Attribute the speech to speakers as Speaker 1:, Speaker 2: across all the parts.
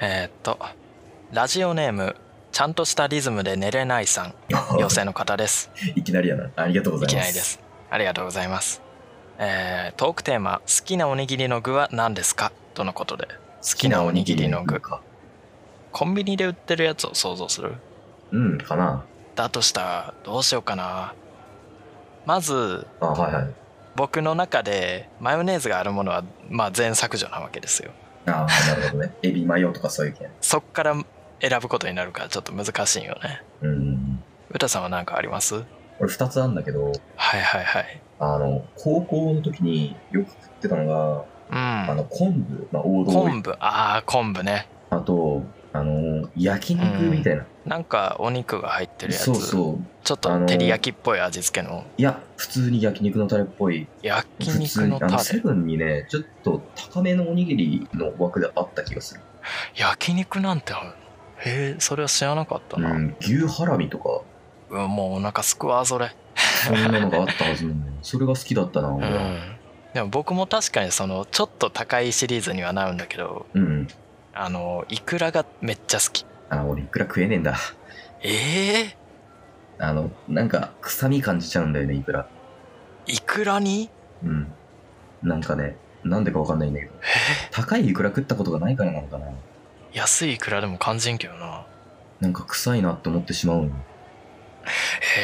Speaker 1: えーっとラジオネームちゃんとしたリズムで寝れないさん陽性の方です
Speaker 2: いきなりやな。ありがとうござ
Speaker 1: い
Speaker 2: い
Speaker 1: き
Speaker 2: ま
Speaker 1: な
Speaker 2: す。
Speaker 1: りですありがとうございますえートークテーマ「好きなおにぎりの具は何ですか?」とのことで好
Speaker 2: 好き
Speaker 1: き
Speaker 2: な
Speaker 1: な
Speaker 2: お
Speaker 1: お
Speaker 2: に
Speaker 1: に
Speaker 2: ぎ
Speaker 1: ぎ
Speaker 2: り
Speaker 1: り
Speaker 2: の
Speaker 1: の
Speaker 2: 具
Speaker 1: 具
Speaker 2: か。
Speaker 1: コンビニで売ってるやつを想像する
Speaker 2: うん、かな。
Speaker 1: だとしたらどうしようかなまず
Speaker 2: あ、はいはい。
Speaker 1: 僕の中でマヨネーズがあるものは、まあ、全削除なわけですよ
Speaker 2: ああ、なるほ どね。エビマヨとかそういう系。
Speaker 1: そっから選ぶことになるからちょっと難しいよね
Speaker 2: うんうんうん。
Speaker 1: 歌さんは何かありますはい
Speaker 2: 俺2つあんだけど、
Speaker 1: はいはい
Speaker 2: あの、高校の時によく食ってたのが、あ
Speaker 1: うん
Speaker 2: の、昆布、まあ、王道。
Speaker 1: 昆布ああ昆布ね
Speaker 2: あと、あの、焼肉みたいな。
Speaker 1: なんかお肉が入ってるやつ
Speaker 2: そうそう。
Speaker 1: ちょっと照り焼きっぽい味付けの
Speaker 2: いや、普通に焼肉のタレっぽい。
Speaker 1: 焼
Speaker 2: 普
Speaker 1: 肉
Speaker 2: 通に
Speaker 1: の
Speaker 2: あの、
Speaker 1: タ
Speaker 2: セ
Speaker 1: レ
Speaker 2: ブンにね、ちょっと高めのおにぎりの枠であった気がする。
Speaker 1: 焼肉なんてあるのへえそれは知らなかった
Speaker 2: う
Speaker 1: な、
Speaker 2: ん、牛ハラミとか、
Speaker 1: うんもうお腹すくわそれ
Speaker 2: そんなのがあったはずなんだよ。それが好きだったな、俺は。
Speaker 1: でも僕も確かにそのちょっと高いシリーズにはなるんだけど
Speaker 2: うんうん。
Speaker 1: あのイクラがめっちゃ好き
Speaker 2: あ、俺いくら食えねえんだ。
Speaker 1: ええ
Speaker 2: あの、なんか、臭み感じちゃうんだよね、いくら。
Speaker 1: イクラに
Speaker 2: うん。なんかね、なんでかわかんないんだけど。高いいくら食ったことがないからなのかな。
Speaker 1: 安いイクラでも感じんけどな
Speaker 2: なんか臭いなって思ってしまうのよ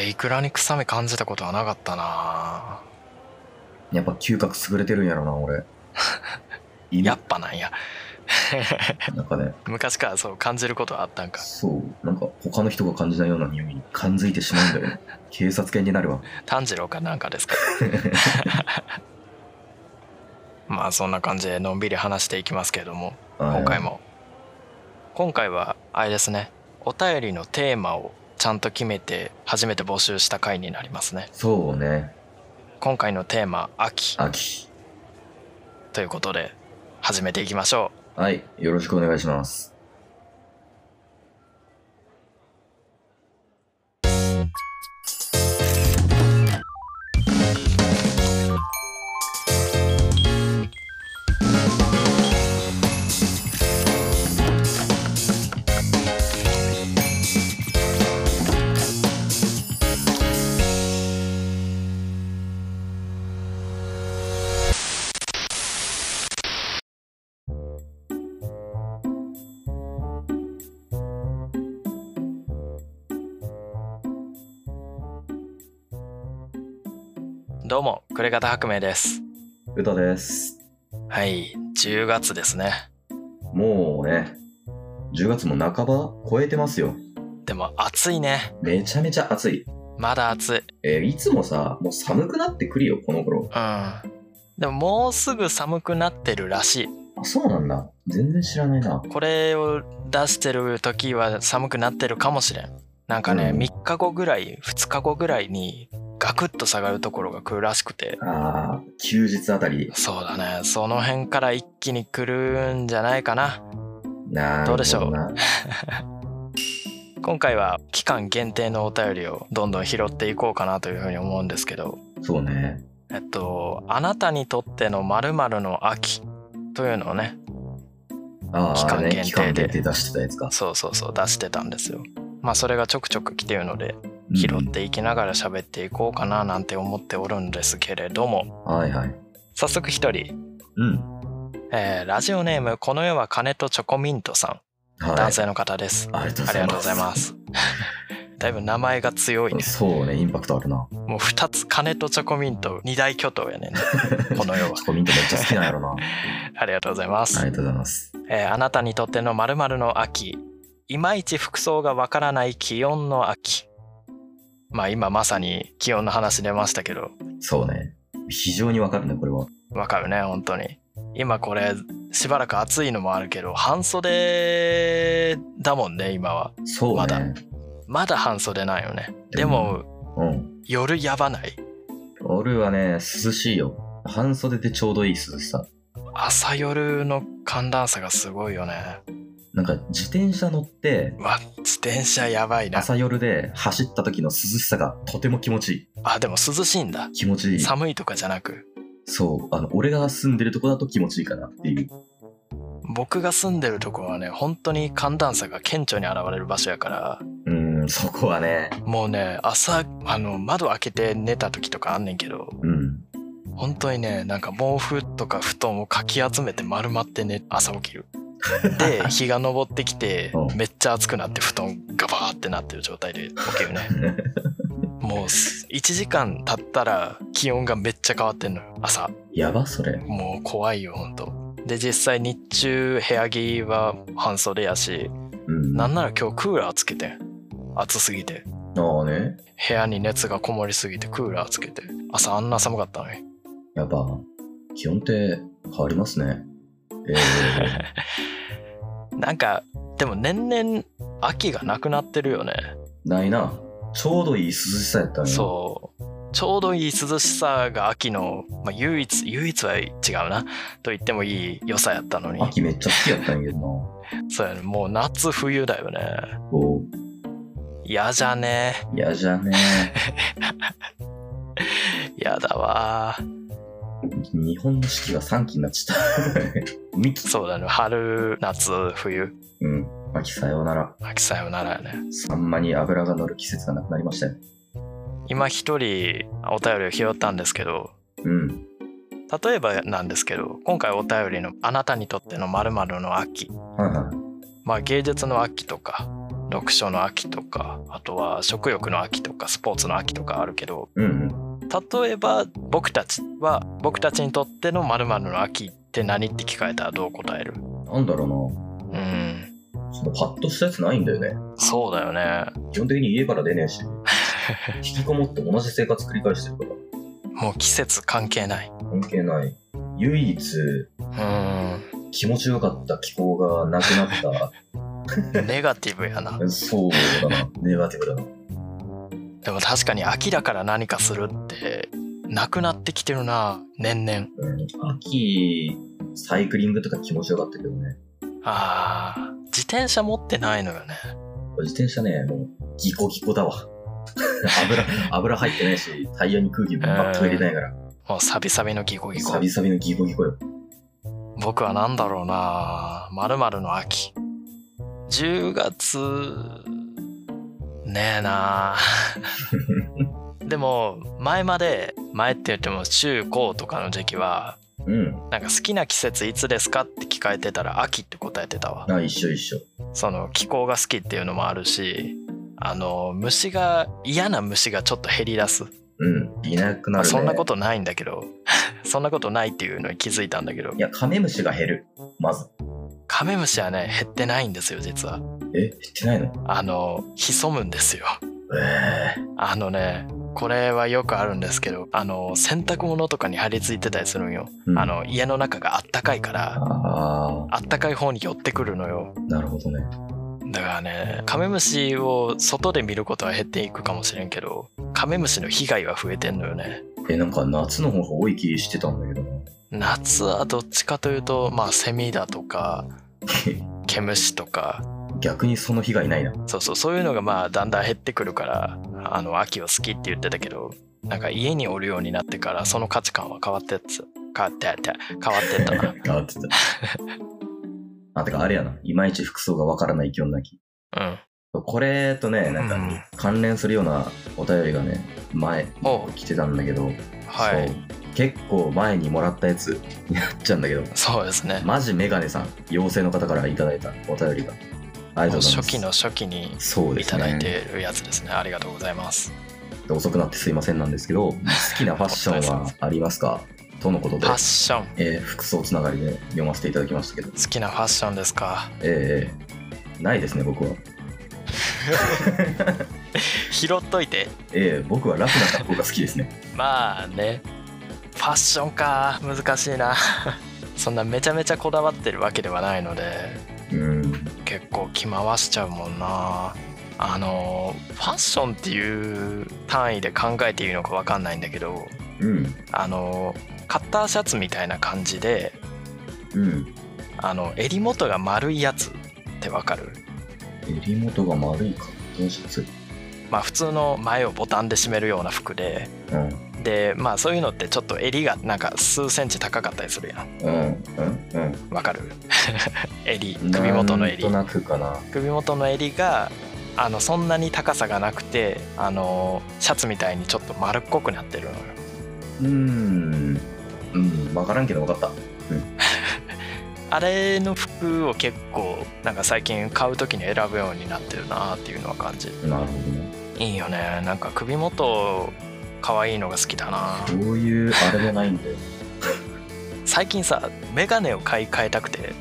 Speaker 1: えー、イクラに臭み感じたことはなかったな
Speaker 2: やっぱ嗅覚優れてるんやろ な、俺。い
Speaker 1: や
Speaker 2: や
Speaker 1: っ、ぱなんや
Speaker 2: なんかね、
Speaker 1: 昔からそう感じることはあったんか
Speaker 2: そう、なんか他の人が感じないような匂いに感づいてしまうんだよ ね。警察犬になるわ。
Speaker 1: 炭治郎かなんかですかまあそんな感じでのんびり話していきますけれども今回も今回はあれですねお便りのテーマをちゃんと決めて初めて募集した回になりますね
Speaker 2: あー。そうね、
Speaker 1: 今回のテーマ「秋
Speaker 2: 秋。」
Speaker 1: ということで始めていきましょ
Speaker 2: はい、よろしくお願いします。
Speaker 1: うどうもクレカタ白明です
Speaker 2: 歌です。
Speaker 1: はい10月ですね
Speaker 2: もうね、10月も半ば超えてますよ。
Speaker 1: でも暑いね
Speaker 2: めちゃめちゃ暑い。
Speaker 1: まだ暑い
Speaker 2: えーいつもさ、もう寒くなってくるよ、この頃。
Speaker 1: うんでももうすぐ寒くなってるらしい
Speaker 2: あ、そうなんだ。全然知らないな。
Speaker 1: これを出してる時は寒くなってるかもしれんなんかね、
Speaker 2: うん
Speaker 1: 3日後ぐらい2日後ぐらいにガクッと下がるところが来るらしくて
Speaker 2: あー、休日あたり。
Speaker 1: そうだねその辺から一気に来るんじゃないかな
Speaker 2: なるほな
Speaker 1: どうでしょう今回は期間限定のお便りをどんどん拾っていこうかなというふうに思うんですけど
Speaker 2: そうね。
Speaker 1: えっとあなたにとっての〇〇の秋というのをね
Speaker 2: あー
Speaker 1: 期間限定で
Speaker 2: ね、期間限定出してたやつか。
Speaker 1: そうそうそう出してたんですよまあそれがちょくちょく来てるので
Speaker 2: うん
Speaker 1: 拾っていきながら喋っていこうかななんて思っておるんですけれども
Speaker 2: はいはい。
Speaker 1: 早速一人、
Speaker 2: うん。
Speaker 1: えーラジオネームこの世は金とチョコミントさ
Speaker 2: は
Speaker 1: ん
Speaker 2: い。
Speaker 1: 男性の方です
Speaker 2: ありがとう
Speaker 1: あ
Speaker 2: ご
Speaker 1: り
Speaker 2: ざい
Speaker 1: が
Speaker 2: ます。
Speaker 1: とうございますだいぶ名前が強いね
Speaker 2: そうね、インパクトあ るな。
Speaker 1: もう2つ金とチョコミント2大巨頭や ねんねこの世は
Speaker 2: チョコミントめっちゃ好きなんや ろな。あ
Speaker 1: ありがとうございます、
Speaker 2: りがとうございます。
Speaker 1: えーあなたにとっての〇〇の秋いまいち服装がわからない気温の秋まあ今まさに気温の話出ましたけど
Speaker 2: そうね。非常にわかるね、これは。
Speaker 1: わかるね本当に今これしばらく暑いのもあるけど半袖だもんね今は
Speaker 2: そうね。
Speaker 1: まだまだ半袖ないよねでも
Speaker 2: うん。
Speaker 1: 夜やばない
Speaker 2: 俺はね、涼しいよ。半袖でちょうどいい涼しさ。
Speaker 1: 朝夜の寒暖差がすごいよね
Speaker 2: なんか、自転車乗って、
Speaker 1: うわ自転車やばいな
Speaker 2: 朝夜で走った時の涼しさがとても気持ちいい。
Speaker 1: あでも涼しいんだ
Speaker 2: 気持ちいい。
Speaker 1: 寒いとかじゃなく
Speaker 2: そう。あの、俺が住んでるとこだと気持ちいいかなっていう。
Speaker 1: 僕が住んでるとこはね本当に寒暖差が顕著に現れる場所やから
Speaker 2: うん、そこはね。
Speaker 1: もうね朝あの窓開けて寝た時とかあんねんけど
Speaker 2: うん。
Speaker 1: 本当にねなんか毛布とか布団をかき集めて丸まってね朝起きるで 日が昇ってきて
Speaker 2: うん
Speaker 1: めっちゃ暑くなって布団ガバーってなってる状態で起きるね もうす1時間経ったら気温がめっちゃ変わってんのよ朝
Speaker 2: やば、それ。
Speaker 1: もう怖いよほんとで実際日中部屋着は半袖やし
Speaker 2: うん。
Speaker 1: なんなら今日クーラーつけてん暑すぎて
Speaker 2: ああね。
Speaker 1: 部屋に熱がこもりすぎてクーラーつけて朝あんな寒かったのに
Speaker 2: やっぱ、気温って変わりますね。え
Speaker 1: なんかでも年々秋がなくなってるよね
Speaker 2: ー、ないな。ちょうどいい涼しさやったね。
Speaker 1: そうちょうどいい涼しさが秋の、まあ、唯一唯一は違うなと言ってもいい良さやったのに
Speaker 2: 秋めっちゃ好きやったんやけどな。
Speaker 1: そうやねもう夏冬だよね
Speaker 2: おう
Speaker 1: 嫌じゃね
Speaker 2: 嫌じゃね
Speaker 1: 嫌だわ
Speaker 2: 日本の四季が3期になっちゃった。三期。
Speaker 1: そうだね春夏冬
Speaker 2: うん。秋さようなら。
Speaker 1: 秋さよならやね
Speaker 2: サンマに油が乗る季節がなくなりましたよ。
Speaker 1: 今一人お便りを拾ったんですけど
Speaker 2: うん。
Speaker 1: 例えばなんですけど今回お便りの「あなたにとっての〇〇の秋」
Speaker 2: はいはい。
Speaker 1: まあ、芸術の秋とか読書の秋とかあとは食欲の秋とかスポーツの秋とかあるけど
Speaker 2: うん
Speaker 1: 例えば僕たちは僕たちにとっての〇〇の秋って何って聞かれたらどう答える
Speaker 2: うん。なんだろう
Speaker 1: うん
Speaker 2: な。そのパッとしたやつないんだよね。
Speaker 1: そうだよね
Speaker 2: 基本的に家から出ねえし。引きこもって同じ生活繰り返してるから。
Speaker 1: もう季節関係ない
Speaker 2: 関係ない。唯一
Speaker 1: うん
Speaker 2: 気持ちよかった気候がなくなっ
Speaker 1: ネガティブやな
Speaker 2: た。そうだな。ネガティブだな。
Speaker 1: でも確かに秋だから何かするってなくなってきてるな年々
Speaker 2: うん。秋、サイクリングとか気持ちよかったけどね。
Speaker 1: あー自転車持ってないのよね
Speaker 2: 自転車ね、もうギコギコだわ。 油、油入ってないし、タイヤに空気全く入れないから。
Speaker 1: もうサビサビのギコギコ
Speaker 2: サビサビのギコギコよ。
Speaker 1: 僕は何だろうなまるの秋10月ねえなでも前まで前って言っても中高とかの時期は
Speaker 2: うん。
Speaker 1: なんか好きな季節いつですかって聞かれてたら秋って答えてたわ
Speaker 2: あ、一緒一緒。
Speaker 1: その気候が好きっていうのもあるしあの虫が嫌な虫がちょっと減り出す、
Speaker 2: うん。いなくな
Speaker 1: まあ
Speaker 2: る、ね。
Speaker 1: そんなことないんだけど そんなことないっていうのに気づいたんだけど
Speaker 2: いや、カメムシが減る。まず。
Speaker 1: カメムシはね減ってないんですよ実は
Speaker 2: え、減ってないの
Speaker 1: あの潜むんですよ
Speaker 2: ええ
Speaker 1: あのねこれはよくあるんですけどあの洗濯物とかに張り付いてたりするんよ、
Speaker 2: うん
Speaker 1: あ。の家の中があったかいから
Speaker 2: あ
Speaker 1: あったかい方に寄ってくるのよ
Speaker 2: あ、なるほどね。
Speaker 1: だからねカメムシを外で見ることは減っていくかもしれんけどカメムシの被害は増えてんのよね
Speaker 2: え、なんか夏の方が多い気してたんだけどな。
Speaker 1: 夏はどっちかというとまあセミだとか毛虫とか
Speaker 2: 逆にその被害ないな。
Speaker 1: そうそうそういうのがまあだんだん減ってくるからあの秋を好きって言ってたけどなんか家におるようになってからその価値観は変わってっつ変わってって変わってった な
Speaker 2: 変わって た。あ、てかあれやな。いまいち服装がわからない勢いなき。
Speaker 1: うん
Speaker 2: これとね、なん
Speaker 1: うん
Speaker 2: か関連するようなお便りがね、前
Speaker 1: おう
Speaker 2: 来てたんだけど、
Speaker 1: は
Speaker 2: そ
Speaker 1: いう
Speaker 2: 結構前にもらったやつになっちゃうんだけど、
Speaker 1: そうですね
Speaker 2: マジメガネさん、妖精の方からいただいたお便りが。ありがとうござい
Speaker 1: もう
Speaker 2: ます。
Speaker 1: 初期の初期に
Speaker 2: そうで
Speaker 1: い
Speaker 2: す
Speaker 1: た
Speaker 2: ね
Speaker 1: だいてるやつですねありがとうございます
Speaker 2: で遅くなってすいませんなんですけど好きなファッ ションはありますかとのこと
Speaker 1: フ
Speaker 2: で
Speaker 1: ァ、ッション好
Speaker 2: えー服装つながりで読ませていただきましたけど、
Speaker 1: きなファッションですか
Speaker 2: えーないですね僕は、
Speaker 1: 拾っといて
Speaker 2: えー僕はラフな格好が好きですね
Speaker 1: まあねファッションか難しいな そんなめちゃめちゃこだわってるわけではないので
Speaker 2: うん
Speaker 1: 結構着回しちゃうもんなあのファッションっていう単位で考えていいのか分かんないんだけど
Speaker 2: うん
Speaker 1: あのカッターシャツみたいな感じで
Speaker 2: うん
Speaker 1: あの襟元が丸いやつってわかる
Speaker 2: 襟元が丸い格好シャツ
Speaker 1: まあ、普通の前をボタンで締めるような服で
Speaker 2: うん
Speaker 1: でまあそういうのってちょっと襟がなんか数センチ高かったりするやん
Speaker 2: うんうん
Speaker 1: わかる 襟
Speaker 2: うん
Speaker 1: 首元の襟
Speaker 2: なんとなくかな
Speaker 1: 首元の襟があのそんなに高さがなくてあのシャツみたいにちょっと丸っこくなってるのよ
Speaker 2: うーんうん分からんけど分かっ
Speaker 1: あれの服を結構なんか最近買う時に選ぶようになってるなっていうのは感じる
Speaker 2: たなるほどね
Speaker 1: いいよねなんか首元可愛いのが好きだな
Speaker 2: こういうあれもないんで
Speaker 1: 最近さメガネを買い替えたくて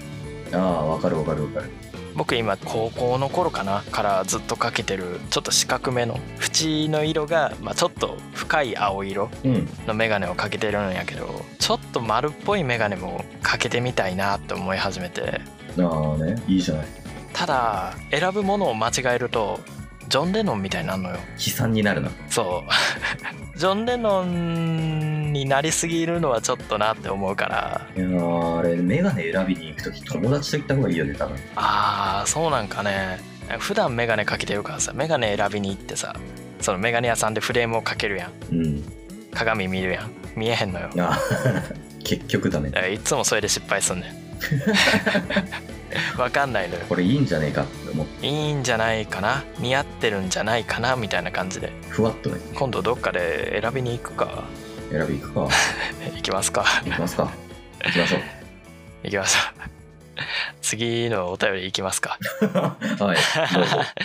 Speaker 2: ああ分かる分かる分かる
Speaker 1: 僕今高校の頃かなからずっとかけてるちょっと四角めの縁の色が、まあ、ちょっと深い青色
Speaker 2: うん
Speaker 1: のメガネをかけてるんやけどちょっと丸っぽいメガネもかけてみたいなって思い始めて
Speaker 2: ああねいいじゃない
Speaker 1: ただ選ぶものを間違えるとジョン・レノンみたいになるのよ
Speaker 2: 悲惨になるな
Speaker 1: そう ジョン・レノンになりすぎるのはちょっとなって思うから
Speaker 2: いやーあれメガネ選びに行く時友達と行った方がいいよね多分
Speaker 1: あーそうなんかね普段メガネかけてるからさメガネ選びに行ってさそのメガネ屋さんでフレームをかけるやん
Speaker 2: うん
Speaker 1: 鏡見るやん見えへんのよ
Speaker 2: あー結局だね
Speaker 1: だからいつもそれで失敗すんねんわかんないのよ
Speaker 2: これいいんじゃねえかって思う
Speaker 1: いいんじゃないかな似合ってるんじゃないかなみたいな感じで
Speaker 2: ふわっとね
Speaker 1: 今度どっかで選びに行くか
Speaker 2: 選び行く か
Speaker 1: 行きますか
Speaker 2: 行きますか行きましょう
Speaker 1: 行きましょう 次のお便り行きますか
Speaker 2: はいどうぞ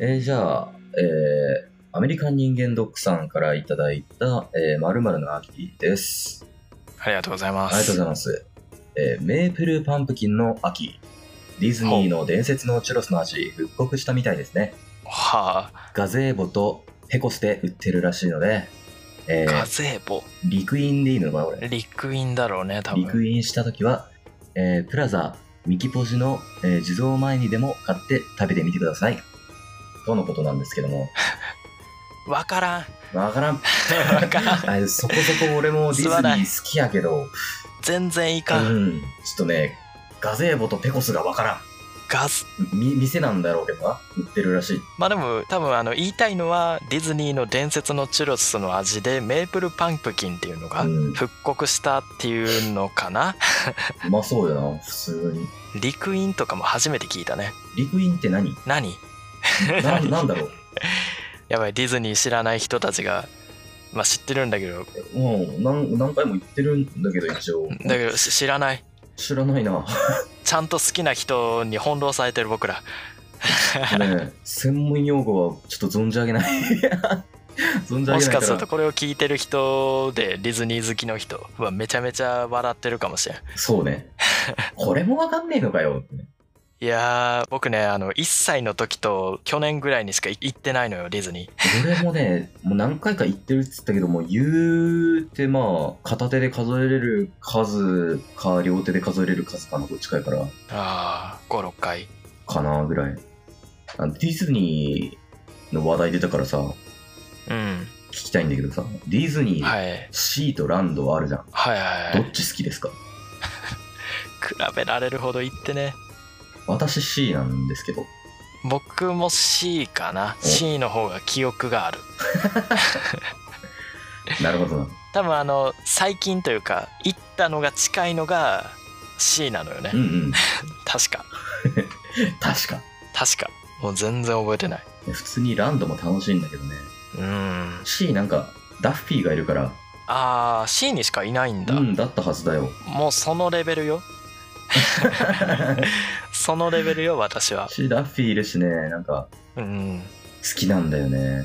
Speaker 2: えーじゃあ、えーアメリカン人間ドックさんからいただいた、えー、〇〇の秋です。
Speaker 1: ありがとうございま
Speaker 2: あ
Speaker 1: す
Speaker 2: りがとうございます。えーメープルパンプキンの秋。ディズニーの伝説のチュロスの味、復刻したみたいですね。
Speaker 1: はあ
Speaker 2: ガゼーボとペコスで売ってるらしいので、えー
Speaker 1: ガゼーボ
Speaker 2: 陸飲でいいのかな、これ。
Speaker 1: 陸飲だろうね多分
Speaker 2: 陸飲したときは、えープラザ、ミキポジの、えー地蔵前にでも買って食べてみてください。とのことなんですけども、
Speaker 1: わからん
Speaker 2: わからん。
Speaker 1: わからん
Speaker 2: あれそこそこ俺もディズニー好きやけど、
Speaker 1: 全然いかん、
Speaker 2: うん、ちょっとね、ガゼーボとペコスがわからん。
Speaker 1: ガス
Speaker 2: み店なんだろうけどな売ってるらしい
Speaker 1: まあでも多分あの言いたいのはディズニーの伝説のチュロスの味でメープルパンプキンっていうのが
Speaker 2: うん
Speaker 1: 復刻したっていうのかな、
Speaker 2: うまそうよな普通に
Speaker 1: 陸飲とかも初めて聞いたね
Speaker 2: 陸飲って何
Speaker 1: 何
Speaker 2: ななんだろ
Speaker 1: やばいディズニー知らない人たちがまあ知ってるんだけど
Speaker 2: ううん何何回も言ってるんだけど一応
Speaker 1: だけどし知らない
Speaker 2: 知らないなね
Speaker 1: ちゃんと好きな人に翻弄されてる僕ら
Speaker 2: え専門用語はちょっと存じ上げない 存じ上
Speaker 1: も
Speaker 2: げ
Speaker 1: し
Speaker 2: ない
Speaker 1: か
Speaker 2: か
Speaker 1: すると
Speaker 2: ら
Speaker 1: これを聞いてる人でディズニー好きの人はめちゃめちゃ笑ってるかもしれん
Speaker 2: そうねこれもわかんねえのかよってね
Speaker 1: いやー僕ねあの1歳の時と去年ぐらいにしか行ってないのよディズニー
Speaker 2: 俺もねもう何回か言ってるっつったけどもう言うてまあ片手で数えれる数か両手で数えれる数かのどっちかやから
Speaker 1: ああ56回
Speaker 2: かなぐらいあのディズニーの話題出たからさ
Speaker 1: うん
Speaker 2: 聞きたいんだけどさディズニー、
Speaker 1: はい
Speaker 2: シーとランドはあるじゃん
Speaker 1: はいはいは
Speaker 2: ど
Speaker 1: い
Speaker 2: っち好きですか
Speaker 1: 比べられるほど行ってね
Speaker 2: 私 C なんですけど
Speaker 1: 僕も C かな
Speaker 2: お
Speaker 1: C の方が記憶がある
Speaker 2: なるほどな
Speaker 1: 多分あの最近というか行ったのが近いのが C なのよね
Speaker 2: うんうん
Speaker 1: 確か
Speaker 2: 確か
Speaker 1: 確かもう全然覚えてない
Speaker 2: 普通にランドも楽しいんだけどね
Speaker 1: うん
Speaker 2: C なんかダッフィーがいるから
Speaker 1: あー C にしかいないんだ、
Speaker 2: うんだったはずだ よ
Speaker 1: もうそのレベルよそのレベルよ私は
Speaker 2: C ダッフィーいるしねなんか
Speaker 1: うん
Speaker 2: 好きなんだよね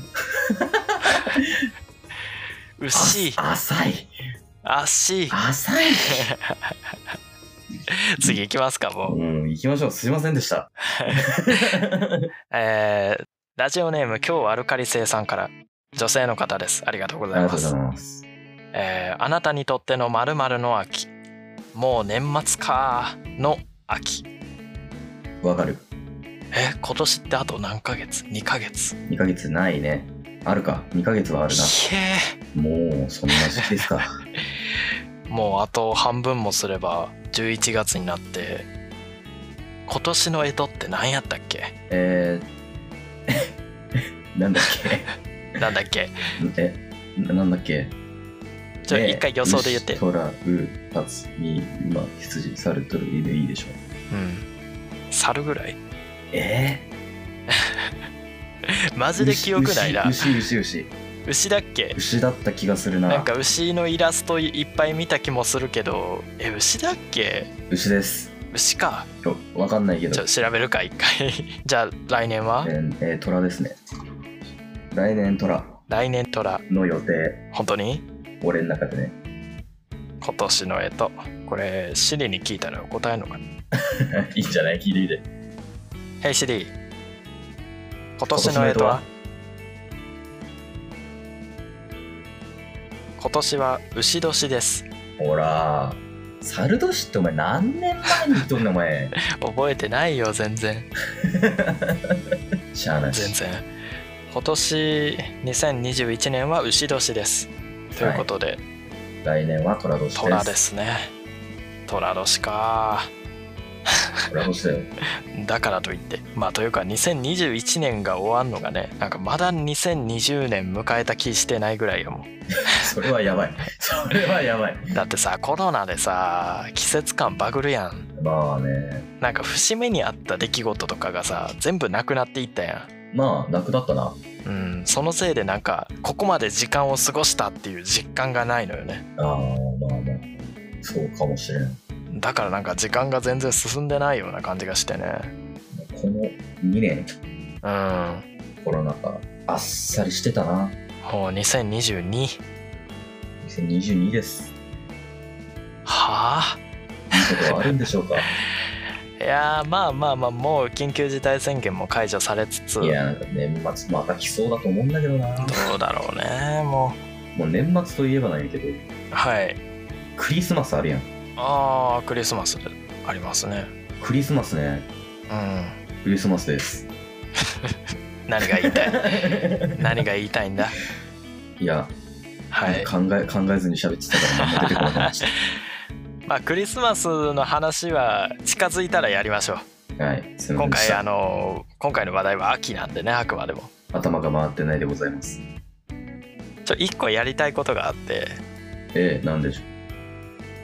Speaker 1: う
Speaker 2: あ
Speaker 1: し
Speaker 2: 浅い
Speaker 1: あし
Speaker 2: 浅い
Speaker 1: 次行きますかもう
Speaker 2: うん行きましょうすいませんでした
Speaker 1: えーラジオネーム今日アルカリ性さんから女性の方ですありがとうご
Speaker 2: あり
Speaker 1: ざい
Speaker 2: が
Speaker 1: ま
Speaker 2: とうご
Speaker 1: す
Speaker 2: ざいます
Speaker 1: えーあなたにとっての〇〇の秋もう年末かの秋
Speaker 2: わかる
Speaker 1: え今年ってあと何ヶ月2ヶ月
Speaker 2: 2ヶ月ないねあるか2ヶ月はある
Speaker 1: ひえ
Speaker 2: なもうそんな時期ですか
Speaker 1: ももうあと半分もすれば11月になって今年の干支って何やったっけ
Speaker 2: えー、 なんだっ
Speaker 1: なんだっけ
Speaker 2: けえ、ななんだっけ
Speaker 1: ちょ一回予想で言って
Speaker 2: トラ、ウ、タツ、ミ、馬、羊、猿、トル、イでいいでしょう。
Speaker 1: うん猿ぐらい
Speaker 2: え
Speaker 1: マジで記憶ないな
Speaker 2: 牛、牛、牛、牛。
Speaker 1: 牛だっけ
Speaker 2: 牛だった気がするな。
Speaker 1: なんか牛のイラストいっぱい見た気もするけどえ牛だっけ
Speaker 2: 牛です。
Speaker 1: 牛か
Speaker 2: わかんないけ
Speaker 1: ち
Speaker 2: ど
Speaker 1: ょ。調べるか一回 じゃあ来年は
Speaker 2: えーえー、トラですね。来年トラ
Speaker 1: 来年トラ
Speaker 2: の予定、
Speaker 1: 本当に
Speaker 2: 俺の中でね。
Speaker 1: 今年の干支これシリに聞いたら答えるのかない
Speaker 2: いんじゃない聞いてみて。
Speaker 1: Hey Siri 今年の干支は今年は牛年です
Speaker 2: ほら、猿年ってお前何年前に言っとんの お前。
Speaker 1: 覚えてないよ全然
Speaker 2: しゃあない。
Speaker 1: 全然今年2021年は牛年ですということで、
Speaker 2: 来年は虎年です。
Speaker 1: 虎で。すね虎年か
Speaker 2: 虎年だよ。
Speaker 1: だからといってまあというか2021年が終わんのがねなんかまだ2020年迎えた気してないぐらいよもう
Speaker 2: それはやばい。それはやばい。
Speaker 1: だってさコロナでさ季節感バグるやん
Speaker 2: まあね。
Speaker 1: なんか節目にあった出来事とかがさ全部なくなっていったや
Speaker 2: まあ、なくなったな。
Speaker 1: んうんそのせいでなんかここまで時間を過ごしたっていう実感がないのよね
Speaker 2: ああ、まあまあ。そうかもしれん。
Speaker 1: だからなんか時間が全然進んでないような感じがしてね
Speaker 2: この2年、
Speaker 1: うん
Speaker 2: コロナ禍、あっさりしてたな。
Speaker 1: もう2022
Speaker 2: 2022です。
Speaker 1: はあ
Speaker 2: いいことはあるんで しょうか
Speaker 1: いやーまあまあまあもう緊急事態宣言も解除されつつ
Speaker 2: い
Speaker 1: ど
Speaker 2: や、なんか年末また来そうだと思うんだけどな。
Speaker 1: うだろうねも
Speaker 2: もう年末といえばなんやけど、
Speaker 1: うはい
Speaker 2: クリスマスあるやん。
Speaker 1: あークリスマスありますね
Speaker 2: クリスマスね。
Speaker 1: うん
Speaker 2: クリスマ スです。
Speaker 1: 何が言いた い何が言いたいんだ
Speaker 2: いや、
Speaker 1: はい
Speaker 2: 考え、考えずに喋ってたから何も出てこなくなっちゃっ
Speaker 1: まあクリスマスの話は近づいたらやりましょ
Speaker 2: た。はい、す
Speaker 1: う今
Speaker 2: みませんでし
Speaker 1: 回あ
Speaker 2: た。
Speaker 1: の今回の話題は秋なんでねあくまでも
Speaker 2: 頭が回ってないでございます。
Speaker 1: ちょ一個やりたいことがあって
Speaker 2: ええ、なんでしょ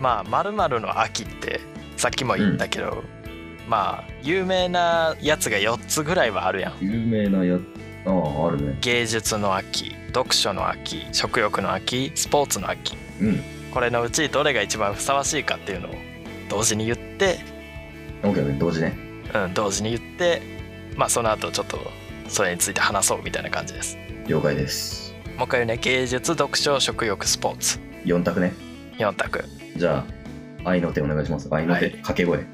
Speaker 1: まあ〇〇の秋ってさっきも言ったけど、まあ有名なやつが4つぐらいはあるやん
Speaker 2: う。有名なや、ああ、あるね。
Speaker 1: 芸術の秋読書の秋食欲の秋スポーツの秋
Speaker 2: うん。
Speaker 1: これのうちどれが一番ふさわしいかっていうのを同時に言って、
Speaker 2: オッケーオッケー同時ね。
Speaker 1: うん、同時に言ってまあその後ちょっとそれについて話そうみたいな感じです
Speaker 2: 了解です。
Speaker 1: もう一回言うね芸術読書食欲スポーツ
Speaker 2: 4択ね。
Speaker 1: 4択
Speaker 2: じゃあ、愛の手お願いします。愛の手、
Speaker 1: はい
Speaker 2: 掛け声。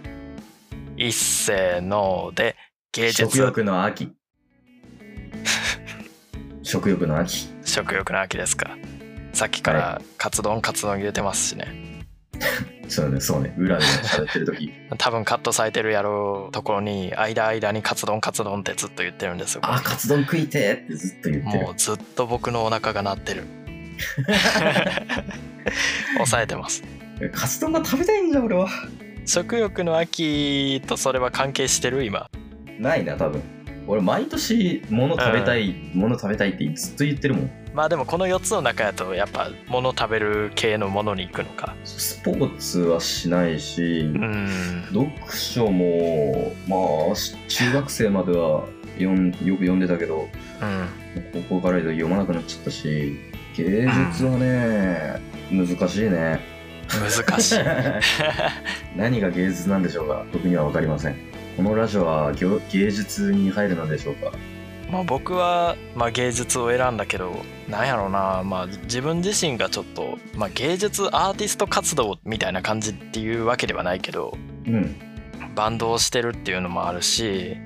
Speaker 1: 一せので芸術
Speaker 2: 食欲の秋。 食欲の秋。
Speaker 1: 食欲の秋ですかさっきからカツ丼カツ丼言うてますしね
Speaker 2: そうね、そうね。裏で喋ってる時
Speaker 1: 多分カットされてるやろうところに間間にカツ丼カツ丼ってずっと言ってるんですよ
Speaker 2: あ、カツ丼食いてーってずっと言ってる
Speaker 1: も。うずっと僕のお腹が鳴って る抑えてます
Speaker 2: カツ丼が食べたいんじゃん、俺は。
Speaker 1: 食欲の秋とそれは関係してる今
Speaker 2: ないな、多分。俺、毎年、物食べたい、物食べたいってずっと言ってるもん。
Speaker 1: まあでもこの4つの中やとやっぱ物食べる系のものに行くのか
Speaker 2: スポーツはしないし、
Speaker 1: うん
Speaker 2: 読書も、まあ、し中学生までは読んよく読んでたけど、
Speaker 1: うん
Speaker 2: 高校からだと読まなくなっちゃったし、芸術はね、難しいね。
Speaker 1: 難しい
Speaker 2: 何が芸術なんでしょうか僕には分かりません。このラジオは芸芸術に入るのでしょうか
Speaker 1: まあ僕は、まあ、芸術を選んだけどなんやろうな、まあ、自分自身がちょっと、まあ、芸術アーティスト活動みたいな感じっていうわけではないけど
Speaker 2: うん。
Speaker 1: バンドをしてるっていうのもあるし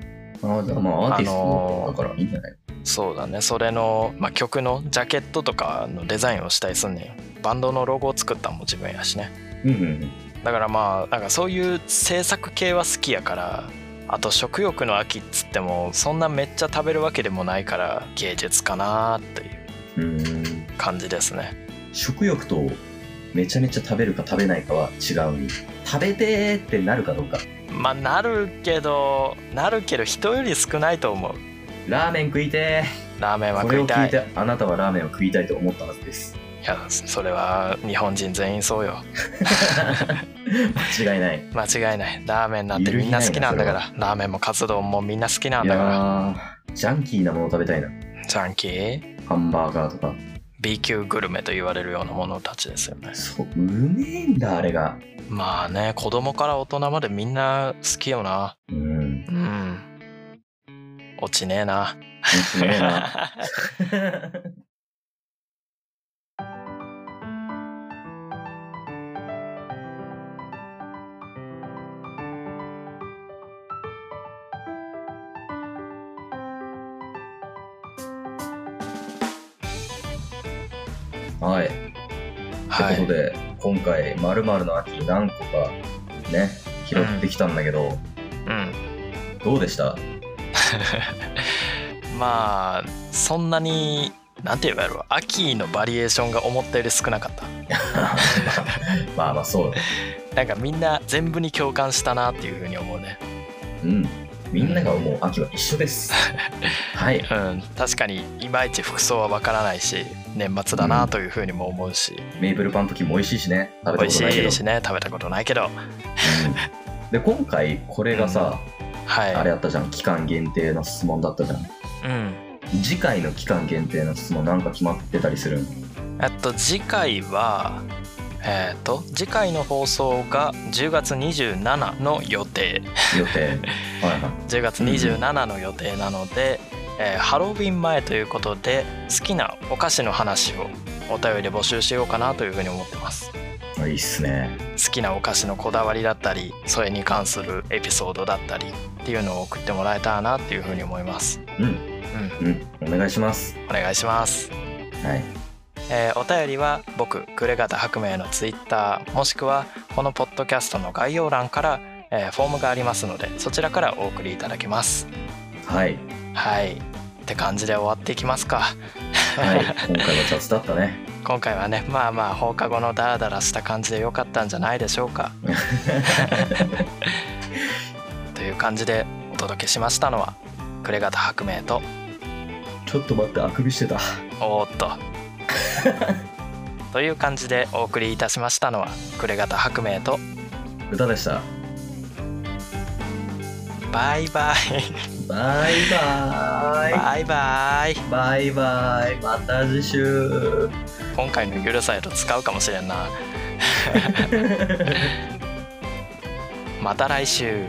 Speaker 2: あじゃあまあアーティストだからいいんじゃない、
Speaker 1: そうだねそれの、まあ、曲のジャケットとかのデザインをしたりすんねんバンドのロゴを作ったんも自分やしね
Speaker 2: うんうん
Speaker 1: だからまあなんかそういう制作系は好きやからあと食欲の秋っつってもそんなめっちゃ食べるわけでもないから芸術かなっていう
Speaker 2: うん。うーん
Speaker 1: 感じですね
Speaker 2: 食欲とめちゃめちゃ食べるか食べないかは違うに食べてーってなるかどうか
Speaker 1: まあなるけどなるけど人より少ないと思う
Speaker 2: ラーメン食いて
Speaker 1: ラーメン
Speaker 2: ー
Speaker 1: は
Speaker 2: これ
Speaker 1: 食
Speaker 2: を
Speaker 1: い
Speaker 2: 聞
Speaker 1: たい
Speaker 2: いてあなたはラーメンを食いたいと思ったはずです
Speaker 1: いやそれは日本人全員そうよ
Speaker 2: 間違いない
Speaker 1: 間違いないラーメンなんてみんな好きなんだからラーメンもカツ丼もみんな好きなん
Speaker 2: い
Speaker 1: だ
Speaker 2: や
Speaker 1: か
Speaker 2: ージャンキーなもの食べたいな
Speaker 1: らジャンキー
Speaker 2: ハンバーガーとか
Speaker 1: B 級グルメと言われるようなものたちですよね
Speaker 2: そううめえんだあれが
Speaker 1: まあね子供から大人までみんな好きよな
Speaker 2: うん
Speaker 1: うん落ちねえな
Speaker 2: すげえなはい、
Speaker 1: は
Speaker 2: ということ
Speaker 1: い
Speaker 2: で今回「まるの秋」何個かね拾ってきたんだけど、
Speaker 1: うん
Speaker 2: どうでした
Speaker 1: まあそんなになんて言えばやろう秋のバリエーションが思ったより少なかった
Speaker 2: まあまあそう
Speaker 1: なんかみんな全部に共感したなっていうふうに思うね
Speaker 2: うんみんなが思う秋は一緒ですはい
Speaker 1: うん確かにいまいち服装はわからないし年末だなというふうにも思うし、
Speaker 2: メープルパンプキンも美味しいしね食
Speaker 1: 美
Speaker 2: べ
Speaker 1: 味
Speaker 2: た
Speaker 1: し
Speaker 2: ことないけど
Speaker 1: いしね食べたことないけど
Speaker 2: うんで今回これがさ、
Speaker 1: はい
Speaker 2: あれやったじゃん期間限定の質問だったじゃん
Speaker 1: うん
Speaker 2: 次回の期間限定の質問なんか決まってたりするん
Speaker 1: えっと次回はえっと次回の放送が10月27の予定
Speaker 2: 予 定はいは
Speaker 1: 10月27の予定なので、えーハロウィン前ということで好きなお菓子の話をお便りで募集しようかなというふうに思ってます
Speaker 2: いあいいっすね
Speaker 1: 好きなお菓子のこだわりだったりそれに関するエピソードだったりっていうのを送ってもらえたらなっていうふうに思います
Speaker 2: うん
Speaker 1: うん
Speaker 2: うんお願いします
Speaker 1: お願いします
Speaker 2: はい
Speaker 1: えーお便りは僕グレガタ白明のツイッターもしくはこのポッドキャストの概要欄から、えーフォームがありますのでそちらからお送りいただけます
Speaker 2: はい、
Speaker 1: はいって感じで終わっていきますか
Speaker 2: はい、今回は雑だったね
Speaker 1: 今回はねまあまあ放課後のダラダラした感じで良かったんじゃないでしょうかという感じでお届けしましたのはクレガタ白明と
Speaker 2: ちょっと待ってあくびしてた
Speaker 1: おーっとという感じでお送りいたしましたのはクレガタ白明と
Speaker 2: 歌でした
Speaker 1: バイバイ
Speaker 2: バイバ
Speaker 1: バ
Speaker 2: イ
Speaker 1: イバイ
Speaker 2: バイバイまた次週
Speaker 1: 今回の「ゆるさやと使うかもしれんなまた来週